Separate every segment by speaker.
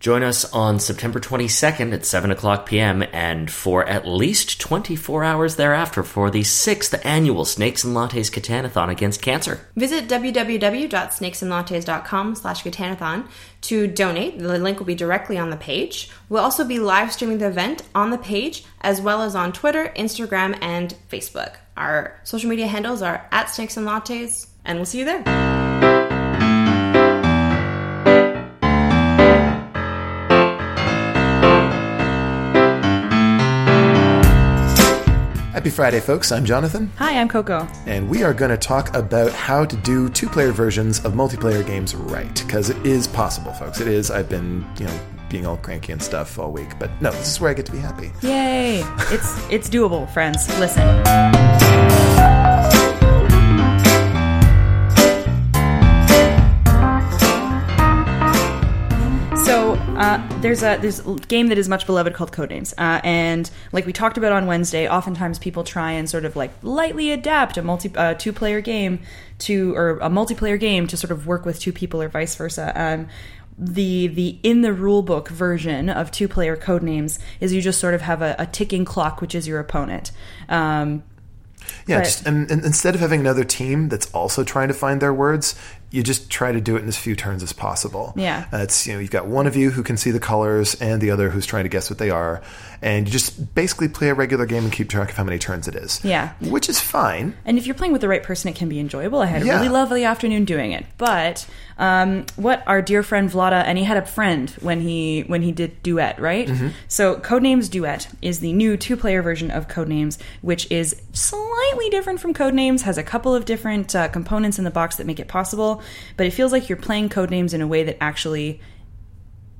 Speaker 1: Join us on September 22nd at 7 o'clock p.m. and for at least 24 hours thereafter for the sixth annual Snakes and Lattes Catanathon against cancer.
Speaker 2: Visit www.snakesandlattes.com slash Catanathon to donate. The link will be directly on the page. We'll also be live streaming the event on the page as well as on Twitter, Instagram, and Facebook. Our social media handles are at Snakes and Lattes, and we'll see you there.
Speaker 3: Happy Friday, folks. I'm Jonathan,
Speaker 4: Hi, I'm Coco.
Speaker 3: and we are going to talk about how to do two player versions of multiplayer games right, because it is possible, folks. It is. I've been, you know, being all cranky and stuff all week, but no, this is where I get to be happy.
Speaker 4: Yay! It's it's doable, friends. Listen. So uh, there's a there's a game that is much beloved called Codenames, uh, and like we talked about on Wednesday, oftentimes people try and sort of like lightly adapt a multi uh, two player game to or a multiplayer game to sort of work with two people or vice versa. Um, the the in the rulebook version of two player Codenames is you just sort of have a, a ticking clock, which is your opponent. Um,
Speaker 3: Yeah,
Speaker 4: But-
Speaker 3: just, and, and instead of having another team that's also trying to find their words, you just try to do it in as few turns as possible.
Speaker 4: Yeah.
Speaker 3: Uh, it's you know you've got one of you who can see the colors and the other who's trying to guess what they are, and you just basically play a regular game and keep track of how many turns it is.
Speaker 4: Yeah.
Speaker 3: which is fine.
Speaker 4: And if you're playing with the right person, it can be enjoyable. I had a
Speaker 3: Yeah.
Speaker 4: really lovely afternoon doing it. But um, what our dear friend Vlada, and he had a friend when he when he did Duet, right? So Codenames Duet is the new two-player version of Codenames, which is slightly different from Codenames. Has a couple of different uh, components in the box that make it possible, but it feels like you're playing Codenames in a way that actually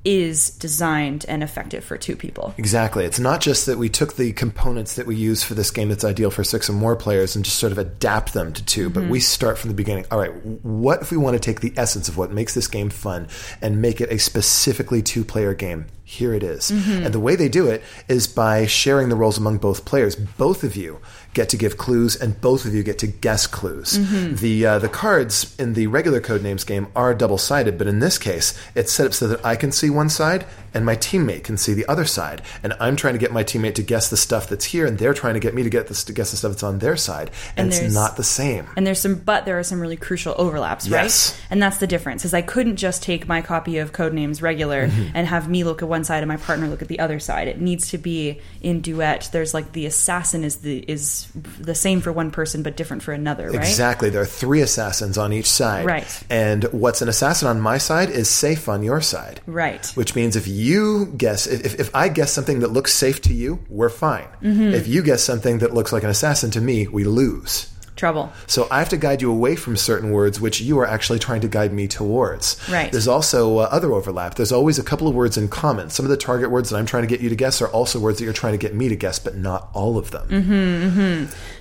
Speaker 4: is designed and effective for two people.
Speaker 3: Exactly. It's not just that we took the components that we use for this game that's ideal for six or more players and just sort of adapt them to 2 but we start from the beginning. All right, w- what if we want to take the essence of what makes this game fun and make it a specifically two player game? Here it is. And the way they do it is by sharing the roles among both players. Both of you get to give clues, and both of you get to guess clues.
Speaker 4: Mm-hmm.
Speaker 3: The uh, the cards in the regular Codenames game are double sided, but in this case, it's set up so that I can see one side and my teammate can see the other side, and I'm trying to get my teammate to guess the stuff that's here, and they're trying to get me to get this to guess the stuff that's on their side, and,
Speaker 4: And
Speaker 3: it's
Speaker 4: there's-
Speaker 3: not the same.
Speaker 4: and there's some but there are some really crucial overlaps
Speaker 3: Yes.
Speaker 4: right and that's the difference is i couldn't just take my copy of codenames regular and have me look at one side and my partner look at the other side it needs to be in duet there's like the assassin is the is the same for one person but different for another right
Speaker 3: Exactly. There are three assassins on each side.
Speaker 4: Right.
Speaker 3: And what's an assassin on my side is safe on your side.
Speaker 4: Right.
Speaker 3: Which means if you guess, if, if I guess something that looks safe to you, we're fine. If you guess something that looks like an assassin to me, we lose.
Speaker 4: trouble
Speaker 3: So I have to guide you away from certain words which you are actually trying to guide me towards.
Speaker 4: Right.
Speaker 3: There's also uh, other overlap. There's always a couple of words in common. Some of the target words that I'm trying to get you to guess are also words that you're trying to get me to guess, but not all of them.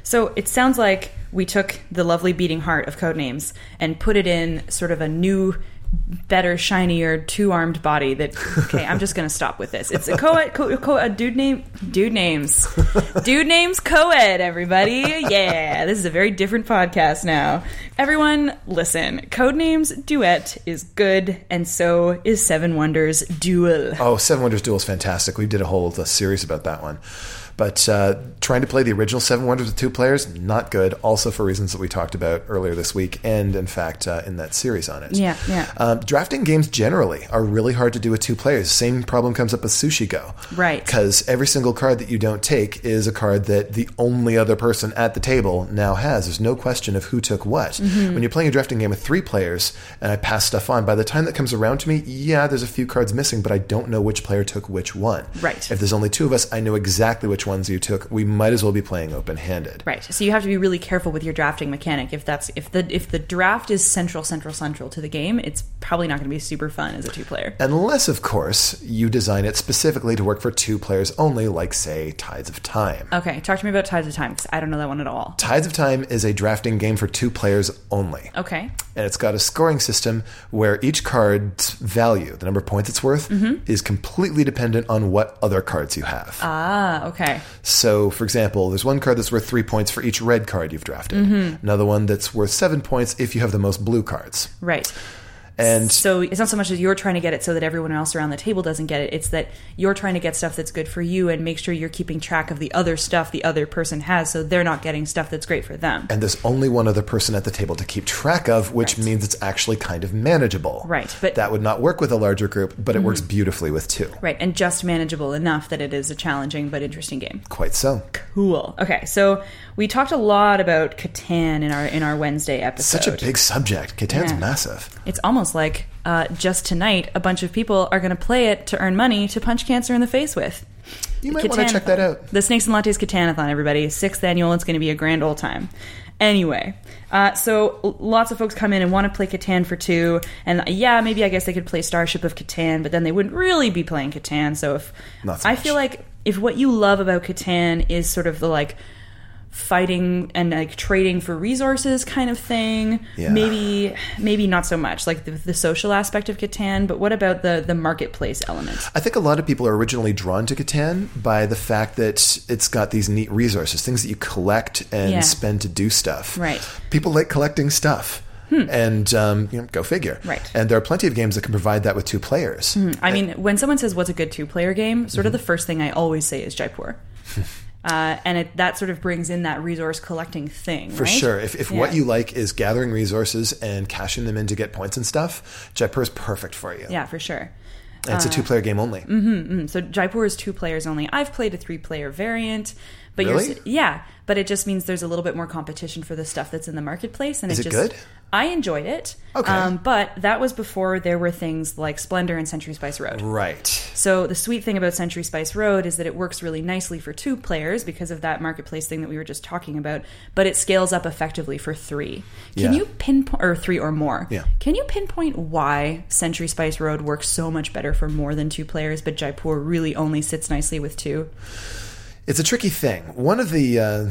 Speaker 4: So it sounds like we took the lovely beating heart of Codenames and put it in sort of a new, better, shinier, two-armed body. That okay, I'm just gonna stop with this. It's a co-ed, co- co- a dude name, dude names, dude names co-ed. Everybody, yeah, this is a very different podcast now. Everyone, listen. Codenames duet is good, and so is Seven Wonders duel.
Speaker 3: Oh, Seven Wonders Duel is fantastic. We did a whole uh, series about that one. But uh, trying to play the original Seven Wonders with two players, not good. Also for reasons that we talked about earlier this week, and in fact uh, in that series on it.
Speaker 4: Yeah, yeah.
Speaker 3: Um, drafting games generally are really hard to do with two players. Same problem comes up with Sushi Go,
Speaker 4: Right.
Speaker 3: Because every single card that you don't take is a card that the only other person at the table now has. There's no question of who took what.
Speaker 4: Mm-hmm.
Speaker 3: When you're playing a drafting game with three players, and I pass stuff on, by the time that comes around to me, yeah, there's a few cards missing, but I don't know which player took which one.
Speaker 4: Right.
Speaker 3: If there's only two of us, I know exactly which ones you took. We might as well be playing open-handed.
Speaker 4: Right. So you have to be really careful with your drafting mechanic. If that's if the if the draft is central, central, central to the game, it's probably not going to be super fun as a two player.
Speaker 3: Unless, of course, you design it specifically to work for two players only, like, say, Tides of Time.
Speaker 4: Okay, talk to me about Tides of Time because I don't know that one at all.
Speaker 3: Tides of Time is a drafting game for two players only.
Speaker 4: Okay.
Speaker 3: And it's got a scoring system where each card's value, the number of points it's worth, is completely dependent on what other cards you have.
Speaker 4: Ah, okay.
Speaker 3: So, for example, there's one card that's worth three points for each red card you've drafted, another one that's worth seven points if you have the most blue cards.
Speaker 4: Right.
Speaker 3: And
Speaker 4: So it's not so much as you're trying to get it so that everyone else around the table doesn't get it. It's that you're trying to get stuff that's good for you and make sure you're keeping track of the other stuff the other person has so they're not getting stuff that's great for them.
Speaker 3: and there's only one other person at the table to keep track of, which means it's actually kind of manageable.
Speaker 4: Right, but- Mm-hmm.
Speaker 3: that would not work with a larger group, but it works beautifully with two.
Speaker 4: Right, and just manageable enough that it is a challenging but interesting game.
Speaker 3: Quite so.
Speaker 4: Cool. Okay, so we talked a lot about Catan in our in our Wednesday episode.
Speaker 3: Such a big subject. Catan's
Speaker 4: Yeah.
Speaker 3: massive.
Speaker 4: It's almost like uh, just tonight, a bunch of people are going to play it to earn money to punch cancer in the face with.
Speaker 3: You might want to check
Speaker 4: Catanathon.
Speaker 3: that out.
Speaker 4: The Snakes and Lattes Catanathon, everybody. Sixth annual. It's going to be a grand old time. Anyway, uh, so l- lots of folks come in and want to play Catan for two, and yeah, maybe I guess they could play Starship of Catan, but then they wouldn't really be playing Catan. So if
Speaker 3: Not so
Speaker 4: I
Speaker 3: much.
Speaker 4: feel like if what you love about Catan is sort of the like fighting and like trading for resources kind of thing,
Speaker 3: Yeah.
Speaker 4: maybe maybe not so much like the, the social aspect of Catan, but what about the the marketplace element?
Speaker 3: I think a lot of people are originally drawn to Catan by the fact that it's got these neat resources, things that you collect and
Speaker 4: Yeah.
Speaker 3: spend to do stuff.
Speaker 4: Right. Hmm.
Speaker 3: People like collecting stuff. And um, you know, go figure.
Speaker 4: Right. Hmm.
Speaker 3: And there are plenty of games that can provide that with two players.
Speaker 4: I mean, when someone says what's a good two-player game, sort of the first thing I always say is Jaipur, uh, and it, that sort of brings in that resource collecting thing.
Speaker 3: For sure. If, if what
Speaker 4: Yeah.
Speaker 3: you like is gathering resources and cashing them in to get points and stuff, Jaipur is perfect for you.
Speaker 4: yeah, Uh-huh. for sure.
Speaker 3: And it's a two player game only.
Speaker 4: Mm, So Jaipur is two players only. I've played a three-player variant, but you're,
Speaker 3: Really?
Speaker 4: yeah, but it just means there's a little bit more competition for the stuff that's in the marketplace, and
Speaker 3: Is
Speaker 4: it
Speaker 3: it
Speaker 4: just
Speaker 3: good?
Speaker 4: I enjoyed it. Um,
Speaker 3: Okay.
Speaker 4: but that was before there were things like Splendor and Century Spice Road.
Speaker 3: Right.
Speaker 4: So the sweet thing about Century Spice Road is that it works really nicely for two players because of that marketplace thing that we were just talking about, but it scales up effectively for three. Can
Speaker 3: Yeah.
Speaker 4: you pinpoint or three or more?
Speaker 3: Yeah.
Speaker 4: Can you pinpoint why Century Spice Road works so much better for more than two players, but Jaipur really only sits nicely with two?
Speaker 3: It's a tricky thing. One of the uh,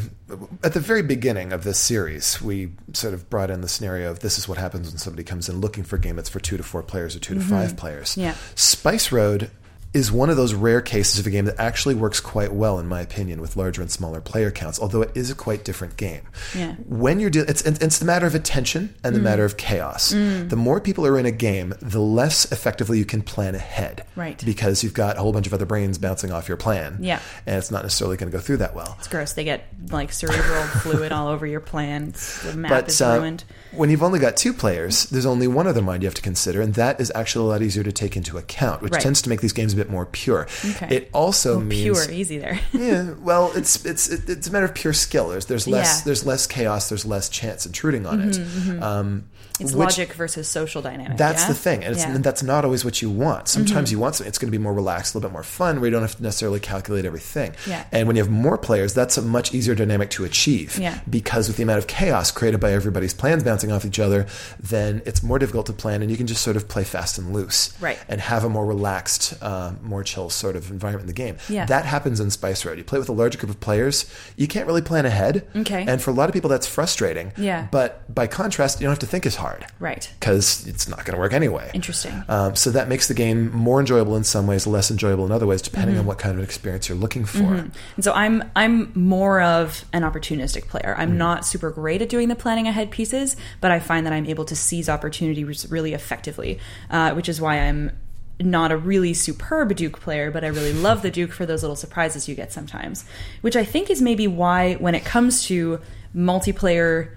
Speaker 3: at the very beginning of this series, we sort of brought in the scenario of this is what happens when somebody comes in looking for a game that's for two to four players or 2 to five players.
Speaker 4: Mm-hmm. Yeah.
Speaker 3: Spice Road is one of those rare cases of a game that actually works quite well, in my opinion, with larger and smaller player counts. Although it is a quite different game.
Speaker 4: Yeah. Mm.
Speaker 3: When you're dealing, it's, it's it's the matter of attention and the matter of chaos. The more people are in a game, the less effectively you can plan ahead.
Speaker 4: Right.
Speaker 3: Because you've got a whole bunch of other brains bouncing off your plan
Speaker 4: Yeah.
Speaker 3: and it's not necessarily going to go through that well.
Speaker 4: It's gross. They get like cerebral fluid all over your plan. It's- The map
Speaker 3: But
Speaker 4: is
Speaker 3: uh,
Speaker 4: ruined.
Speaker 3: when you've only got two players, there's only one other mind you have to consider, and that is actually a lot easier to take into account, which
Speaker 4: Right.
Speaker 3: tends to make these games a bit more pure.
Speaker 4: Okay.
Speaker 3: It also means
Speaker 4: Pure, easy there.
Speaker 3: yeah, well, it's it's it- it's a matter of pure skill. There's there's less
Speaker 4: Yeah. Mm-hmm,
Speaker 3: there's less chaos, there's less chance intruding on it. Um,
Speaker 4: It's
Speaker 3: which-
Speaker 4: logic versus social dynamic.
Speaker 3: That's
Speaker 4: yeah?
Speaker 3: the thing, and, it's,
Speaker 4: Yeah. Mm-hmm.
Speaker 3: and that's not always what you want. Sometimes you want something it's going to be more relaxed, a little bit more fun, where you don't have to necessarily calculate everything.
Speaker 4: Yeah.
Speaker 3: And when you have more players, that's a much easier dynamic to achieve.
Speaker 4: Yeah.
Speaker 3: Because with the amount of chaos created by everybody's plans bouncing off each other, then it's more difficult to plan, and you can just sort of play fast and loose,
Speaker 4: Right.
Speaker 3: And have a more relaxed, uh, more chill sort of environment in the game.
Speaker 4: Yeah.
Speaker 3: That happens in Spice Road. You play with a large group of players, you can't really plan ahead.
Speaker 4: Okay.
Speaker 3: And for a lot of people, that's frustrating.
Speaker 4: Yeah.
Speaker 3: But by contrast, you don't have to think as hard
Speaker 4: Right.
Speaker 3: because it's not going to work anyway.
Speaker 4: Interesting.
Speaker 3: Um, so that makes the game more enjoyable in some ways, less enjoyable in other ways, depending on what kind of an experience you're looking for.
Speaker 4: And so I'm I'm more of an opportunistic player. I'm not super great at doing the planning ahead pieces, but I find that I'm able to seize opportunities really effectively, uh, which is why I'm not a really superb Duke player, but I really love the Duke for those little surprises you get sometimes, which I think is maybe why when it comes to multiplayer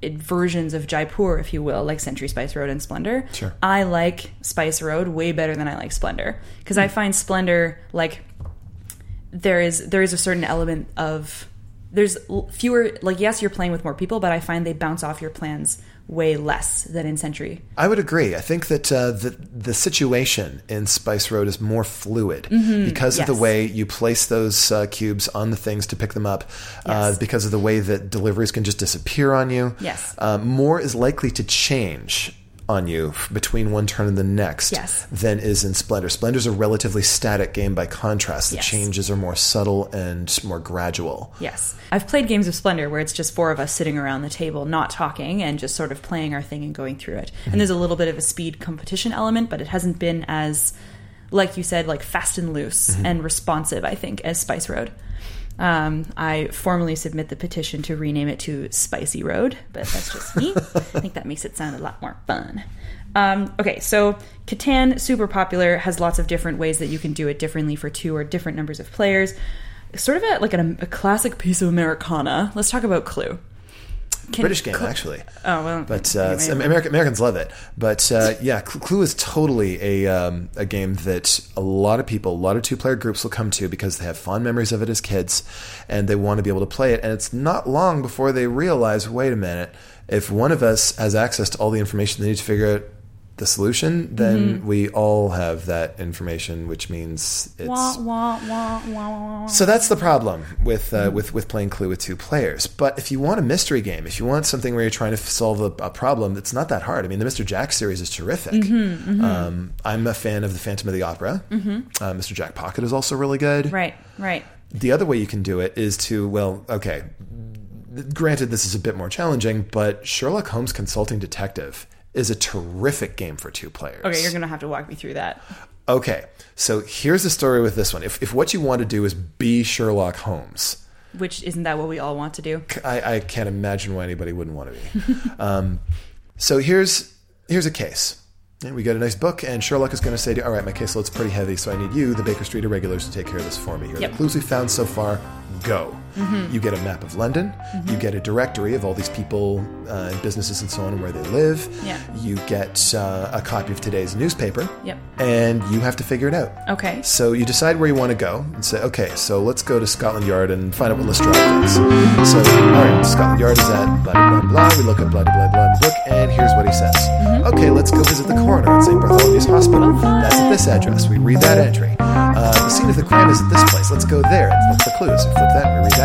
Speaker 4: it- versions of Jaipur, if you will, like Century Spice Road and Splendor.
Speaker 3: Sure.
Speaker 4: I like Spice Road way better than I like Splendor because I find Splendor like there is there is a certain element of there's l- fewer like yes you're playing with more people but I find they bounce off your plans way less than in Century.
Speaker 3: I would agree. I think that uh, the the situation in Spice Road is more fluid because of
Speaker 4: Mm-hmm. yes.
Speaker 3: the way you place those uh, cubes on the things to pick them up, uh,
Speaker 4: Yes.
Speaker 3: because of the way that deliveries can just disappear on you.
Speaker 4: Yes.
Speaker 3: Uh, more is likely to change on you f- between one turn and the next
Speaker 4: Yes.
Speaker 3: than is in Splendor. Splendor's a relatively static game by contrast. The
Speaker 4: Yes.
Speaker 3: changes are more subtle and more gradual.
Speaker 4: Yes. I've played games of Splendor where it's just four of us sitting around the table, not talking, and just sort of playing our thing and going through it. And there's a little bit of a speed competition element, but it hasn't been as, like you said, like fast and loose and responsive, I think, as Spice Road. Um, I formally submit the petition to rename it to Spicy Road, but that's just me. I think that makes it sound a lot more fun. Um, okay, so Catan, super popular, has lots of different ways that you can do it differently for two or different numbers of players. Sort of a, like an, a classic piece of Americana. Let's talk about Clue. Can-
Speaker 3: British game,
Speaker 4: Cl-
Speaker 3: actually.
Speaker 4: Oh well,
Speaker 3: But
Speaker 4: anyway.
Speaker 3: uh, some American, Americans love it. But uh, yeah, Cl- Clue is totally a um, a game that a lot of people, a lot of two player groups will come to because they have fond memories of it as kids, and they want to be able to play it. And it's not long before they realize, wait a minute, if one of us has access to all the information they need to figure out the solution, then we all have that information, which means it's
Speaker 4: Wah, wah, wah, wah, wah, wah.
Speaker 3: so that's the problem with uh, with with playing Clue with two players. But if you want a mystery game, if you want something where you're trying to f- solve a, a problem, it's not that hard. I mean, the Mr. Jack series is terrific.
Speaker 4: Mm-hmm,
Speaker 3: Um, I'm a fan of the Phantom of the Opera. Uh, Mr. Jack Pocket is also really good.
Speaker 4: Right, right.
Speaker 3: The other way you can do it is to well, okay. Granted, this is a bit more challenging, but Sherlock Holmes Consulting Detective is a terrific game for two players.
Speaker 4: Okay, you're gonna have to walk me through that.
Speaker 3: Okay, so here's the story with this one. If, if what you want to do is be Sherlock Holmes,
Speaker 4: Which isn't that what we all want to do?
Speaker 3: I, I can't imagine why anybody wouldn't want to be. um, so here's here's a case. And we got a nice book, and Sherlock is going to say, to you, "All right, my case load's pretty heavy, so I need you, the Baker Street irregulars, to take care of this for me. Here are the
Speaker 4: Yep. Mm-hmm.
Speaker 3: clues we found so far. Go." You get a map of London. You get a directory of all these people uh, and businesses and so on and where they live.
Speaker 4: Yeah.
Speaker 3: You get uh, a copy of today's newspaper.
Speaker 4: Yep.
Speaker 3: And you have to figure it out.
Speaker 4: Okay.
Speaker 3: So you decide where you want to go and say, okay, so let's go to Scotland Yard and find out what Lestrade is. So, all right, Scotland Yard is at blah, blah, blah, blah. We look at blah, blah, blah, blah in the book, and here's what he says. Okay, let's go visit the coroner at St. Bartholomew's Hospital. That's at this address. We read that entry. Uh, the scene of the crime is at this place. Let's go there. and Look for clues. We flip that. We read that entry.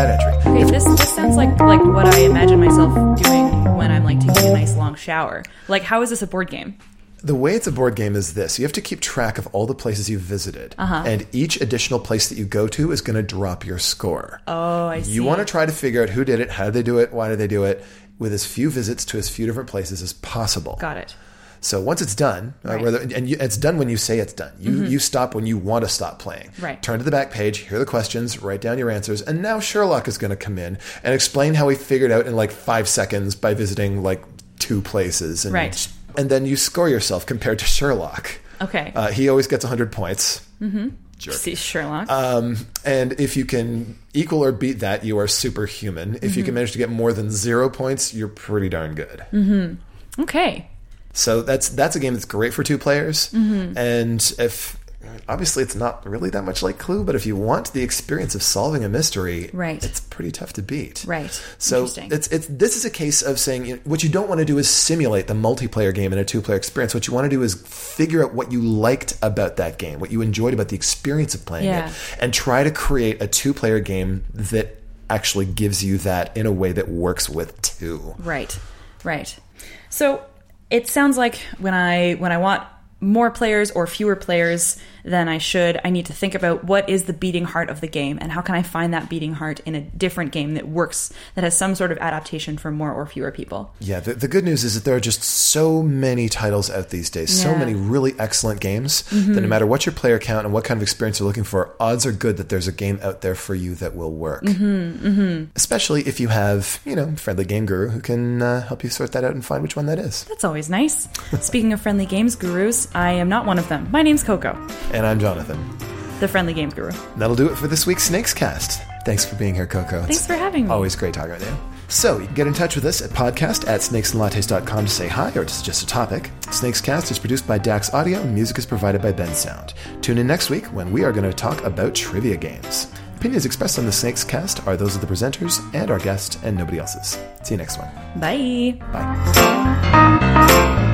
Speaker 4: Okay, this this sounds like like what I imagine myself doing when I'm like taking a nice long shower. Like, how is this a board game?
Speaker 3: The way it's a board game is this: you have to keep track of all the places you've visited,
Speaker 4: Uh-huh.
Speaker 3: and each additional place that you go to is going to drop your score.
Speaker 4: Oh, I see.
Speaker 3: You want to try to figure out who did it, how did they do it, why did they do it, with as few visits to as few different places as possible.
Speaker 4: Got it.
Speaker 3: So once it's done, uh,
Speaker 4: Right. Mm-hmm.
Speaker 3: whether, and you, it's done when you say it's done, you you stop when you want to stop playing.
Speaker 4: Right.
Speaker 3: Turn to the back page, hear the questions, write down your answers, and now Sherlock is going to come in and explain how he figured out in like five seconds by visiting like two places. And,
Speaker 4: Right.
Speaker 3: And then you score yourself compared to Sherlock.
Speaker 4: Okay.
Speaker 3: Uh, he always gets 100 points.
Speaker 4: see, Sherlock.
Speaker 3: Um, and if you can equal or beat that, you are superhuman. If
Speaker 4: Mm-hmm.
Speaker 3: you can manage to get more than zero points, you're pretty darn good.
Speaker 4: okay.
Speaker 3: So that's that's a game that's great for two players.
Speaker 4: Mm-hmm.
Speaker 3: And if obviously it's not really that much like Clue, but if you want the experience of solving a mystery,
Speaker 4: Right.
Speaker 3: it's pretty tough to beat.
Speaker 4: Right.
Speaker 3: So
Speaker 4: Interesting.
Speaker 3: it's it's this is a case of saying you know, what you don't want to do is simulate the multiplayer game in a two player experience. What you want to do is figure out what you liked about that game, what you enjoyed about the experience of playing
Speaker 4: Yeah.
Speaker 3: it, and try to create a two player game that actually gives you that in a way that works with two.
Speaker 4: Right. Right. So it sounds like when I when I want more players or fewer players than I should, I need to think about what is the beating heart of the game and how can I find that beating heart in a different game that works that has some sort of adaptation for more or fewer people.
Speaker 3: Yeah, the, the good news is that there are just so many titles out these days, so
Speaker 4: Yeah. Mm-hmm.
Speaker 3: many really excellent games that no matter what your player count and what kind of experience you're looking for, odds are good that there's a game out there for you that will work.
Speaker 4: Mm-hmm,
Speaker 3: Especially if you have, you know, friendly game guru who can uh, help you sort that out and find which one that is.
Speaker 4: That's always nice. Speaking of friendly games gurus, I am not one of them. My name's Coco,
Speaker 3: And I'm Jonathan.
Speaker 4: the friendly games guru.
Speaker 3: That'll do it for this week's Snakes Cast. Thanks for being here, Coco.
Speaker 4: Thanks for having me.
Speaker 3: Always great talking with you. So you can get in touch with us at podcast at snakesandlattes.com to say hi or to suggest a topic. Snakes Cast is produced by Dax Audio and music is provided by Ben Sound. Tune in next week when we are going to talk about trivia games. Opinions expressed on the Snakes Cast are those of the presenters and our guest and nobody else's. See you next one.
Speaker 4: Bye.
Speaker 3: Bye.